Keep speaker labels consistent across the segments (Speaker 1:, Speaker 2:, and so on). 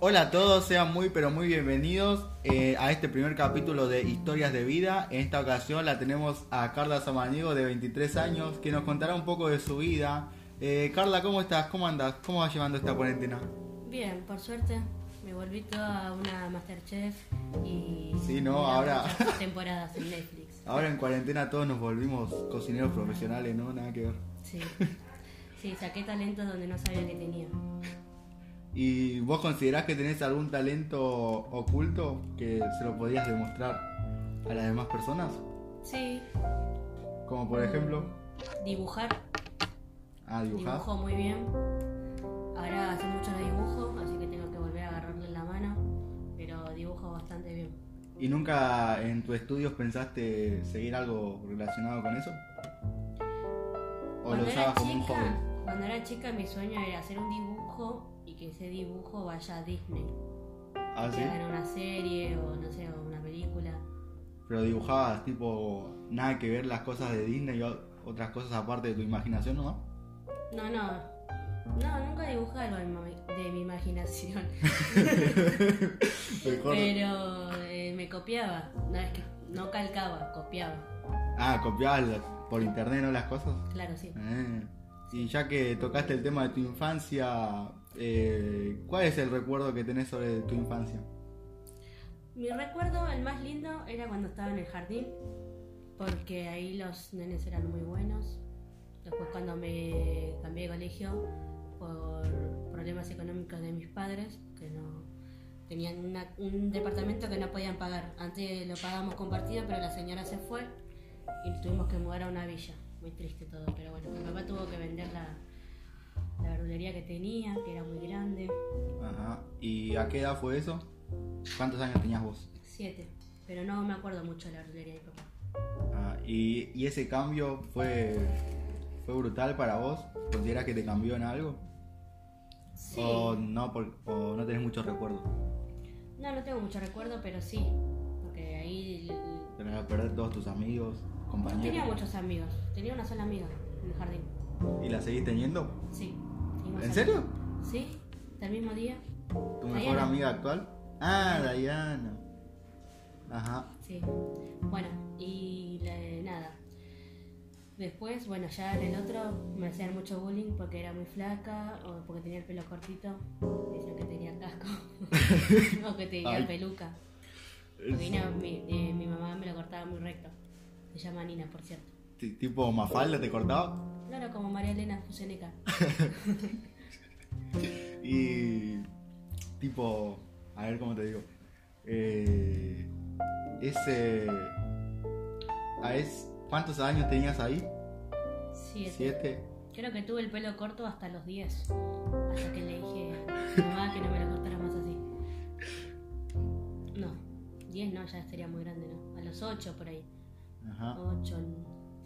Speaker 1: Hola a todos, sean muy pero muy bienvenidos eh, a este primer capítulo de Historias de Vida. En esta ocasión la tenemos a Carla Samaniego de 23 años que nos contará un poco de su vida. Eh, Carla, ¿cómo estás? ¿Cómo andas? ¿Cómo vas llevando esta cuarentena?
Speaker 2: Bien, por suerte me volví toda una Masterchef y.
Speaker 1: Sí, ¿no?
Speaker 2: miraba
Speaker 1: Ahora-
Speaker 2: muchas temporadas en Netflix.
Speaker 1: Ahora en cuarentena todos nos volvimos cocineros profesionales, ¿no? Nada que ver.
Speaker 2: Sí. Sí, saqué talentos donde no sabía que tenía.
Speaker 1: ¿Y vos considerás que tenés algún talento oculto que se lo podías demostrar a las demás personas?
Speaker 2: Sí,
Speaker 1: Como por ejemplo,
Speaker 2: dibujar.
Speaker 1: ah, dibujar.
Speaker 2: Dibujo muy bien. Ahora hace mucho no dibujo, así que tengo que volver a agarrarle la mano. Pero dibujo bastante bien.
Speaker 1: ¿Y nunca en tus estudios pensaste seguir algo relacionado con eso? ¿O lo usabas como un
Speaker 2: chica,
Speaker 1: hobby?
Speaker 2: cuando era chica mi sueño era hacer un dibujo y que ese dibujo vaya a Disney.
Speaker 1: Ah,
Speaker 2: Que
Speaker 1: sí.
Speaker 2: hagan una serie o no sé, o una película.
Speaker 1: Pero dibujabas tipo nada que ver las cosas de Disney y o- otras cosas aparte de tu imaginación, ¿no?
Speaker 2: No, no. No, nunca dibujé algo de mi- de mi imaginación.
Speaker 1: Mejor-
Speaker 2: Pero eh, me copiaba. No, es que no calcaba, copiaba.
Speaker 1: Ah, copiabas la- por internet, ¿no? Las cosas.
Speaker 2: Claro, sí.
Speaker 1: Eh, Y ya que tocaste el tema de tu infancia, eh, ¿cuál es el recuerdo que tenés sobre tu infancia?
Speaker 2: Mi recuerdo, el más lindo, era cuando estaba en el jardín. Porque ahí los nenes eran muy buenos. Después cuando me cambié de colegio por problemas económicos de mis padres, que no tenían una- un departamento que no podían pagar. Antes lo pagábamos compartido, pero la señora se fue y tuvimos que mudar a una villa. Muy triste todo, pero bueno, mi papá tuvo que vender la, la verdulería que tenía, que era muy grande.
Speaker 1: Ajá. ¿Y a qué edad fue eso? ¿Cuántos años tenías vos?
Speaker 2: Siete, pero no me acuerdo mucho de la verdulería de mi papá.
Speaker 1: Ah, y, y ese cambio fue, fue brutal para vos? ¿Consideras que te cambió en algo?
Speaker 2: Sí.
Speaker 1: ¿O, no, por- ¿O no tenés muchos recuerdos?
Speaker 2: No, no tengo mucho recuerdo, pero sí. Porque ahí l- l-
Speaker 1: ¿Tenés a perder todos tus amigos,
Speaker 2: tenía
Speaker 1: compañeros?
Speaker 2: muchos amigos. Tenía una sola amiga en el jardín.
Speaker 1: ¿Y la seguís teniendo?
Speaker 2: Sí. tenía una
Speaker 1: ¿En
Speaker 2: sola-
Speaker 1: serio?
Speaker 2: Sí, hasta el mismo día.
Speaker 1: ¿Tu mejor
Speaker 2: Diana.
Speaker 1: amiga actual? Ah, Diana. Ajá.
Speaker 2: Sí. Bueno, y la- nada. Después, bueno, ya en el otro me hacían mucho bullying porque era muy flaca o porque tenía el pelo cortito. Dicen que tenía casco o que tenía
Speaker 1: Ay.
Speaker 2: peluca. Porque no, mi, eh, mi mamá me lo cortaba muy recto. Se llama Nina, por cierto.
Speaker 1: T- ¿Tipo Mafalda te cortaba?
Speaker 2: Claro, como María Elena Fuseneca.
Speaker 1: Y tipo, a ver cómo te digo. Eh, ese... A es, ¿Cuántos años tenías ahí?
Speaker 2: Siete.
Speaker 1: ¿Siete?
Speaker 2: Creo que tuve el pelo corto hasta los 10. Hasta que le dije a mi mamá que no me lo cortara más así. No, 10 no, ya estaría muy grande, ¿no? A los 8 por ahí.
Speaker 1: Ajá.
Speaker 2: 8,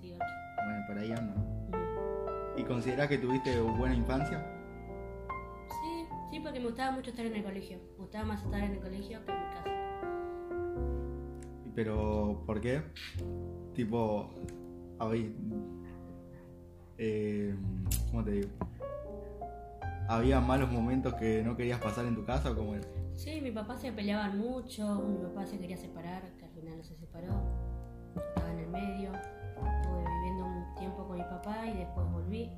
Speaker 2: sí, Mm. 8.
Speaker 1: Bueno, por ahí anda. ¿no? ¿Y consideras que tuviste buena infancia?
Speaker 2: Sí, sí, porque me gustaba mucho estar en el colegio. Me gustaba más estar en el colegio que en mi casa.
Speaker 1: Pero, ¿por qué? Tipo, a ver, eh, ¿cómo te digo? ¿Había malos momentos que no querías pasar en tu casa o cómo era?
Speaker 2: Sí, mi papá se peleaban mucho, mi papá se quería separar, que al final no se separó. Estaba en el medio. Estuve viviendo un tiempo con mi papá y después volví.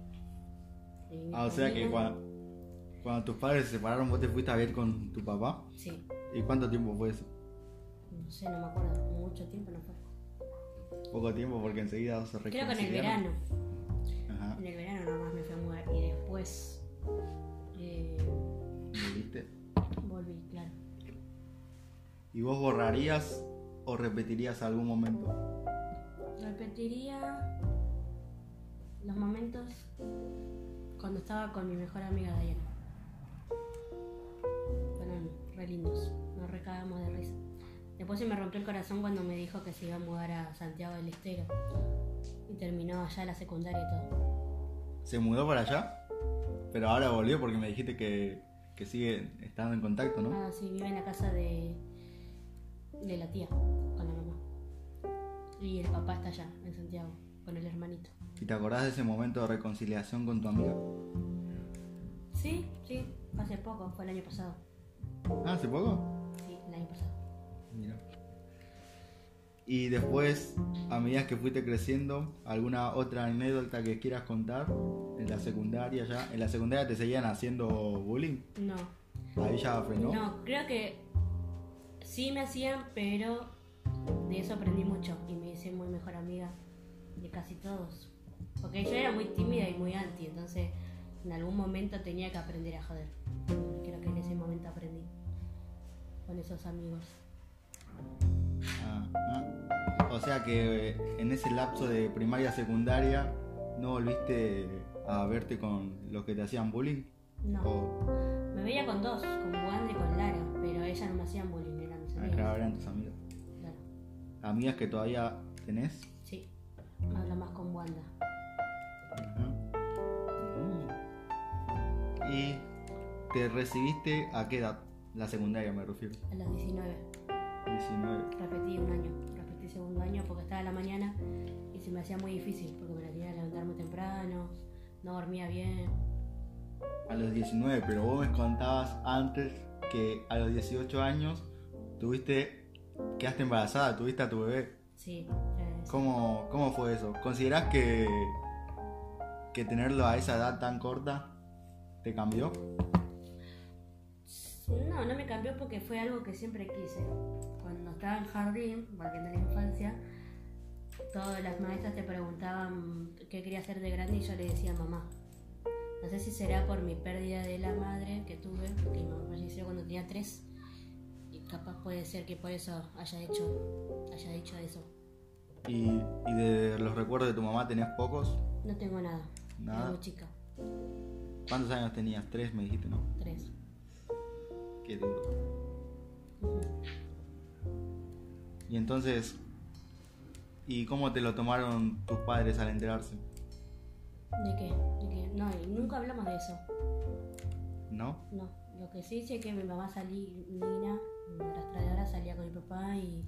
Speaker 2: Viví
Speaker 1: Ah, o
Speaker 2: con
Speaker 1: sea que
Speaker 2: Nina.
Speaker 1: cuando, cuando tus padres se separaron vos te fuiste a ver con tu papá.
Speaker 2: Sí.
Speaker 1: ¿Y cuánto tiempo fue eso?
Speaker 2: No sé, no me acuerdo. Mucho tiempo no fue.
Speaker 1: Poco tiempo porque enseguida se
Speaker 2: Creo que en el
Speaker 1: reconciliaron.
Speaker 2: verano.
Speaker 1: Ajá,
Speaker 2: En el verano nomás me fui a mudar. Y después eh,
Speaker 1: ¿viste?
Speaker 2: volví, claro.
Speaker 1: ¿Y vos borrarías o repetirías algún momento?
Speaker 2: Repetiría los momentos cuando estaba con mi mejor amiga Dayana. Fueron re lindos. Nos recagábamos de risa. Después se me rompió el corazón cuando me dijo que se iba a mudar a Santiago del Estero. Y terminó allá la secundaria y todo.
Speaker 1: se mudó para allá, pero ahora volvió porque me dijiste que, que sigue estando en contacto, ¿no?
Speaker 2: Ah, sí, vive en la casa de, de la tía, con la mamá. Y el papá está allá, en Santiago, con el hermanito.
Speaker 1: ¿Y te acordás de ese momento de reconciliación con tu amiga?
Speaker 2: Sí, sí, hace poco, fue el año pasado.
Speaker 1: Ah, ¿hace poco?
Speaker 2: Sí, el año pasado.
Speaker 1: Mira. Y después, a medida que fuiste creciendo, ¿alguna otra anécdota que quieras contar? En la secundaria ya. ¿En la secundaria te seguían haciendo bullying?
Speaker 2: No.
Speaker 1: Ahí ya frenó.
Speaker 2: No, creo que sí me hacían, pero de eso aprendí mucho y me hice muy mejor amiga de casi todos. Porque yo era muy tímida y muy anti, entonces en algún momento tenía que aprender a joder. Creo que en ese momento aprendí con esos amigos.
Speaker 1: Ah, ah. O sea que eh, en ese lapso de primaria a secundaria no volviste a verte con los que te hacían bullying.
Speaker 2: No.
Speaker 1: O
Speaker 2: Me veía con dos, con Wanda y con Lara, pero ellas no me hacían bullying, eran mis
Speaker 1: ah,
Speaker 2: amigas.
Speaker 1: claro, eran tus amigos.
Speaker 2: Claro,
Speaker 1: Amigas que todavía tenés.
Speaker 2: sí. Hablo más con Wanda.
Speaker 1: Ajá. Mm. Y te recibiste a qué edad? La secundaria me refiero.
Speaker 2: A los 19.
Speaker 1: 19.
Speaker 2: Repetí un año, repetí segundo año porque estaba a la mañana y se me hacía muy difícil porque me la tenía que levantar muy temprano, no dormía bien.
Speaker 1: A los 19, pero vos me contabas antes que a los 18 años tuviste, quedaste embarazada, tuviste a tu bebé.
Speaker 2: Sí, eh,
Speaker 1: ¿Cómo, cómo fue eso? ¿Considerás que, que tenerlo a esa edad tan corta te cambió?
Speaker 2: No, no me cambió porque fue algo que siempre quise. Cuando estaba en jardín, volviendo a la infancia, todas las maestras te preguntaban qué quería hacer de grande y yo le decía mamá. No sé si será por mi pérdida de la madre que tuve, que mi mamá falleció cuando tenía tres. Y capaz puede ser que por eso haya hecho, haya dicho eso.
Speaker 1: ¿Y, y de los recuerdos de tu mamá tenés pocos?
Speaker 2: No tengo nada.
Speaker 1: Nada.
Speaker 2: Era muy chica.
Speaker 1: ¿Cuántos años tenías? Tres, me dijiste, ¿no?
Speaker 2: Tres.
Speaker 1: Qué duro. Y entonces, ¿y cómo te lo tomaron tus padres al enterarse?
Speaker 2: ¿De qué? ¿De qué? No, y nunca hablamos de eso.
Speaker 1: ¿No?
Speaker 2: No, lo que sí sé que mi mamá salía, Nina, mi rastreadora, salía con mi papá y,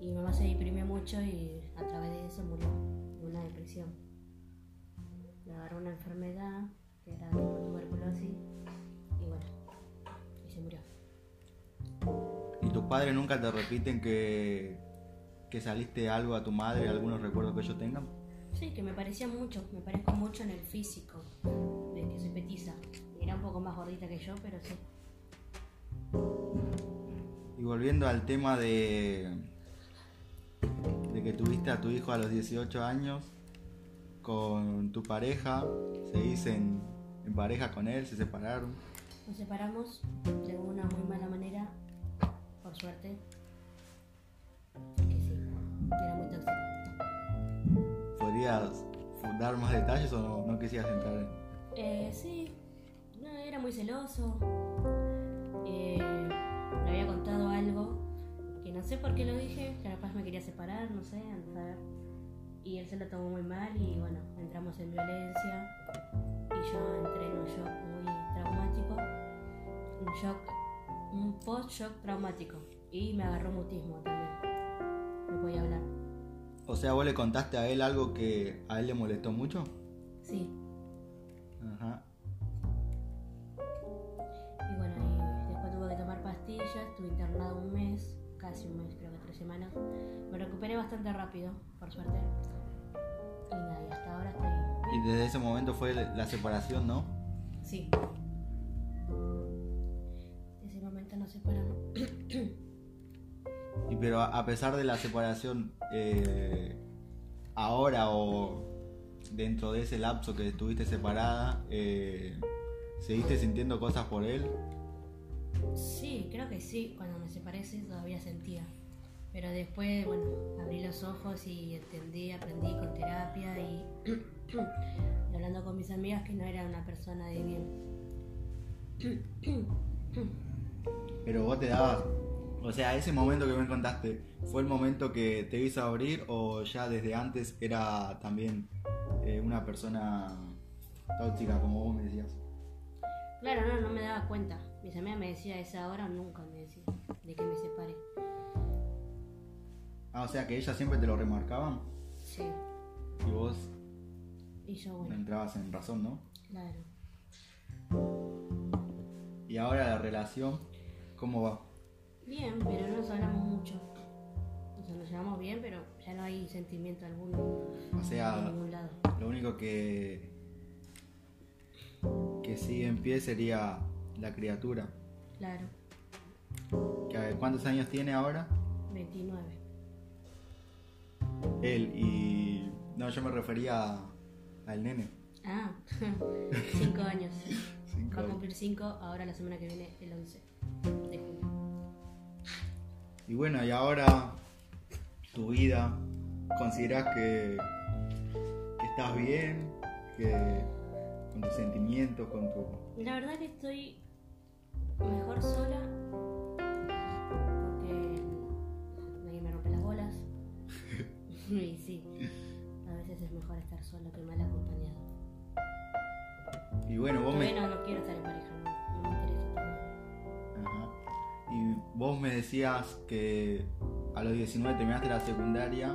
Speaker 2: y mi mamá se deprimió mucho y a través de eso murió de una depresión. Le agarró una enfermedad que era tuberculosis y bueno, y se murió.
Speaker 1: ¿Y tus padres nunca te repiten que, que saliste algo a tu madre, algunos recuerdos que ellos tengan?
Speaker 2: Sí, que me parecía mucho, me parezco mucho en el físico, de que soy petiza. Era un poco más gordita que yo, pero sí.
Speaker 1: Y volviendo al tema de, de que tuviste a tu hijo a los 18 años con tu pareja, seguís en, en pareja con él, se separaron.
Speaker 2: Nos separamos de una muy mala manera, por suerte. Que sí, era muy tóxico.
Speaker 1: ¿Podrías dar más detalles o no, no quisieras entrar en...
Speaker 2: Eh, sí, no, era muy celoso. Eh, me había contado algo que no sé por qué lo dije, que capaz me quería separar, no sé, antes a ver. Y él se lo tomó muy mal y bueno, entramos en violencia y yo entré en un shock muy traumático, un shock, un post-shock traumático y me agarró mutismo también. No podía hablar.
Speaker 1: O sea, vos le contaste a él algo que a él le molestó mucho.
Speaker 2: Sí,
Speaker 1: Ajá.
Speaker 2: Y bueno, y después tuve que tomar pastillas, estuve internado un mes, casi un mes, creo que tres semanas. Me recuperé bastante rápido, por suerte. Y nada, y hasta ahora estoy.
Speaker 1: Y desde ese momento fue la separación, ¿no?
Speaker 2: Sí. En ese momento nos separamos.
Speaker 1: Y pero a a pesar de la separación, eh, ahora o dentro de ese lapso que estuviste separada, eh, ¿seguiste sintiendo cosas por él?
Speaker 2: Sí, creo que sí, cuando me separé sí, todavía sentía. Pero después, bueno, abrí los ojos y entendí, aprendí con terapia y, y hablando con mis amigas que no era una persona de bien.
Speaker 1: Pero vos te dabas... O sea, ese momento que me contaste, ¿fue el momento que te hizo abrir o ya desde antes era también eh, una persona tóxica, como vos me decías?
Speaker 2: Claro, no, no me daba cuenta. Mis amigas me decían a esa hora, nunca me decían de que me separe.
Speaker 1: Ah, o sea que ellas siempre te lo remarcaban
Speaker 2: Sí.
Speaker 1: y vos
Speaker 2: Y yo,
Speaker 1: no
Speaker 2: bueno,
Speaker 1: entrabas en razón, ¿no?
Speaker 2: claro.
Speaker 1: Y ahora la relación ¿Cómo va?
Speaker 2: Bien, pero no nos hablamos mucho. O sea, nos llevamos bien, pero ya no hay sentimiento alguno
Speaker 1: O sea,
Speaker 2: de ningún lado.
Speaker 1: lo único que. que sigue en pie sería la criatura.
Speaker 2: Claro,
Speaker 1: Que- ¿Cuántos años tiene ahora?
Speaker 2: 29.
Speaker 1: Él y. No, yo me refería a- al nene.
Speaker 2: Ah, 5 años.
Speaker 1: Cinco
Speaker 2: Va a
Speaker 1: años.
Speaker 2: cumplir 5 ahora la semana que viene, el 11 de junio.
Speaker 1: Y bueno, y ahora tu vida, ¿consideras que, que estás bien? Que con tus sentimientos, con tu...
Speaker 2: La verdad que estoy mejor sola porque nadie me rompe las bolas. y sí, a veces es mejor estar solo que mal acompañado.
Speaker 1: Y bueno, vos me...
Speaker 2: Todavía no, no quiero estar en pareja, no, no me interesa.
Speaker 1: Ajá. Y vos me decías que a los 19 terminaste la secundaria,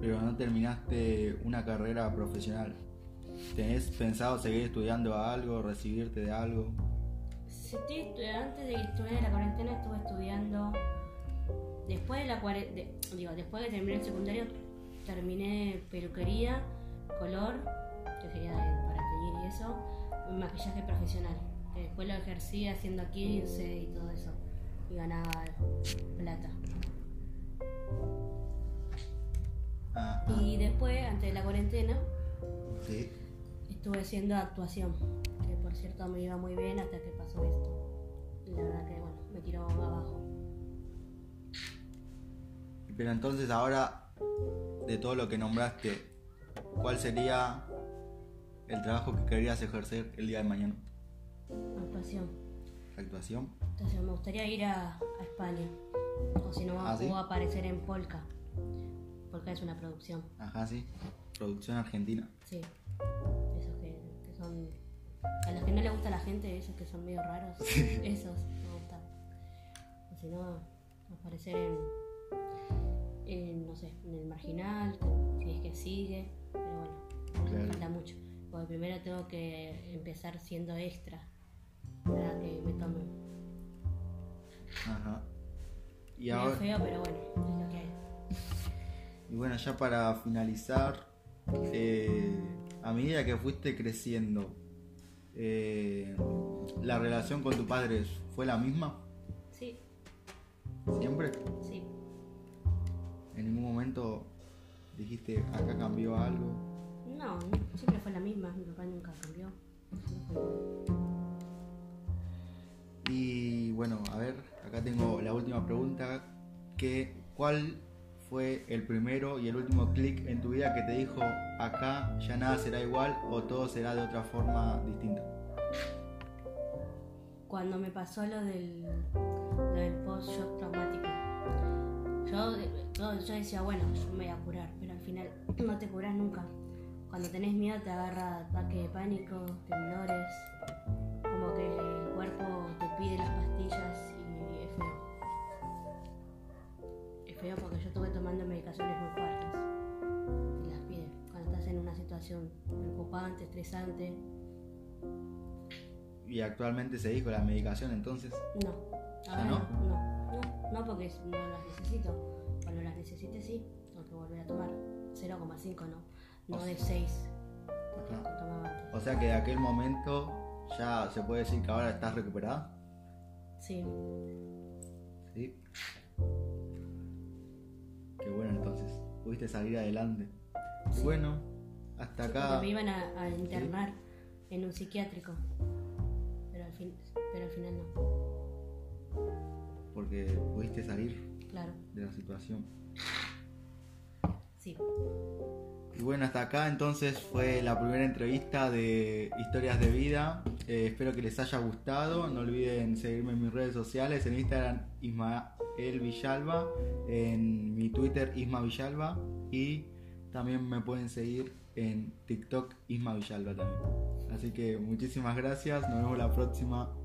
Speaker 1: pero no terminaste una carrera profesional. ¿Tenés pensado seguir estudiando algo, recibirte de algo?
Speaker 2: Si estoy estu- antes de que estuviera en la cuarentena estuve estudiando. Después de la cuare- de- digo, después de terminar el secundario terminé peluquería, color, que sería de- para teñir y eso, y maquillaje profesional. que después lo ejercí haciendo 15 y todo eso. Y ganaba plata.
Speaker 1: Ah,
Speaker 2: Y después, antes de la cuarentena,
Speaker 1: sí.
Speaker 2: Estuve haciendo actuación, que por cierto me iba muy bien hasta que pasó esto. Y La verdad que bueno, me tiró abajo.
Speaker 1: Pero entonces ahora, de todo lo que nombraste, ¿cuál sería el trabajo que querías ejercer el día de mañana?
Speaker 2: Actuación.
Speaker 1: ¿Actuación?
Speaker 2: Entonces me gustaría ir a, a España. O si no,
Speaker 1: ¿Ah, sí?
Speaker 2: o aparecer en Polka. Polka es una producción,
Speaker 1: Ajá, sí. Producción argentina.
Speaker 2: sí. Esos que, que son. A los que no le gusta la gente, esos que son medio raros. Esos me gustan. O si no, aparecer en. en, no sé, en el marginal, si es que sigue. Pero bueno. falta mucho. Porque primero tengo que empezar siendo extra para que me tomen.
Speaker 1: Ajá. Y
Speaker 2: Medio
Speaker 1: ahora,
Speaker 2: feo, pero bueno, es lo que hay.
Speaker 1: y bueno, ya para finalizar, eh, a medida que fuiste creciendo, eh, ¿la relación con tu padre fue la misma?
Speaker 2: Sí,
Speaker 1: ¿Siempre?
Speaker 2: sí.
Speaker 1: ¿En ningún momento dijiste acá cambió algo?
Speaker 2: No, siempre fue la misma. Mi papá nunca cambió.
Speaker 1: Y bueno, a ver, acá tengo la última pregunta, que ¿cuál fue el primero y el último clic en tu vida que te dijo acá ya nada será igual o todo será de otra forma distinta?
Speaker 2: Cuando me pasó lo del, lo del post-shock traumático, yo, yo, yo decía, bueno, yo me voy a curar, pero al final no te curas nunca. Cuando tenés miedo te agarra ataque de pánico, temblores, como que el cuerpo te pide las pastillas y es feo. Es feo porque yo estuve tomando medicaciones muy fuertes. Te las pide cuando estás en una situación preocupante, estresante.
Speaker 1: Y actualmente se dijo la medicación entonces.
Speaker 2: No. Ahora
Speaker 1: no?
Speaker 2: no? No, no, no, porque no las necesito. Cuando las necesite sí, tengo que volver a tomar 0,5, no. No
Speaker 1: O
Speaker 2: de 6 que
Speaker 1: Ajá.
Speaker 2: tomaba antes.
Speaker 1: O sea que de aquel momento ya se puede decir que ahora estás recuperada.
Speaker 2: Sí,
Speaker 1: Sí. Qué bueno entonces, pudiste salir adelante. Y Bueno, hasta
Speaker 2: porque
Speaker 1: acá...
Speaker 2: me iban a, a internar en un psiquiátrico. Pero al, fin, pero al final no,
Speaker 1: Porque pudiste salir.
Speaker 2: claro,
Speaker 1: de la situación.
Speaker 2: sí.
Speaker 1: Y bueno, hasta acá entonces fue la primera entrevista de Historias de Vida. Eh, espero que les haya gustado. No olviden seguirme en mis redes sociales, en Instagram Ismael Villalba, en mi Twitter Isma Villalba y también me pueden seguir en TikTok Isma Villalba también. Así que muchísimas gracias, nos vemos la próxima.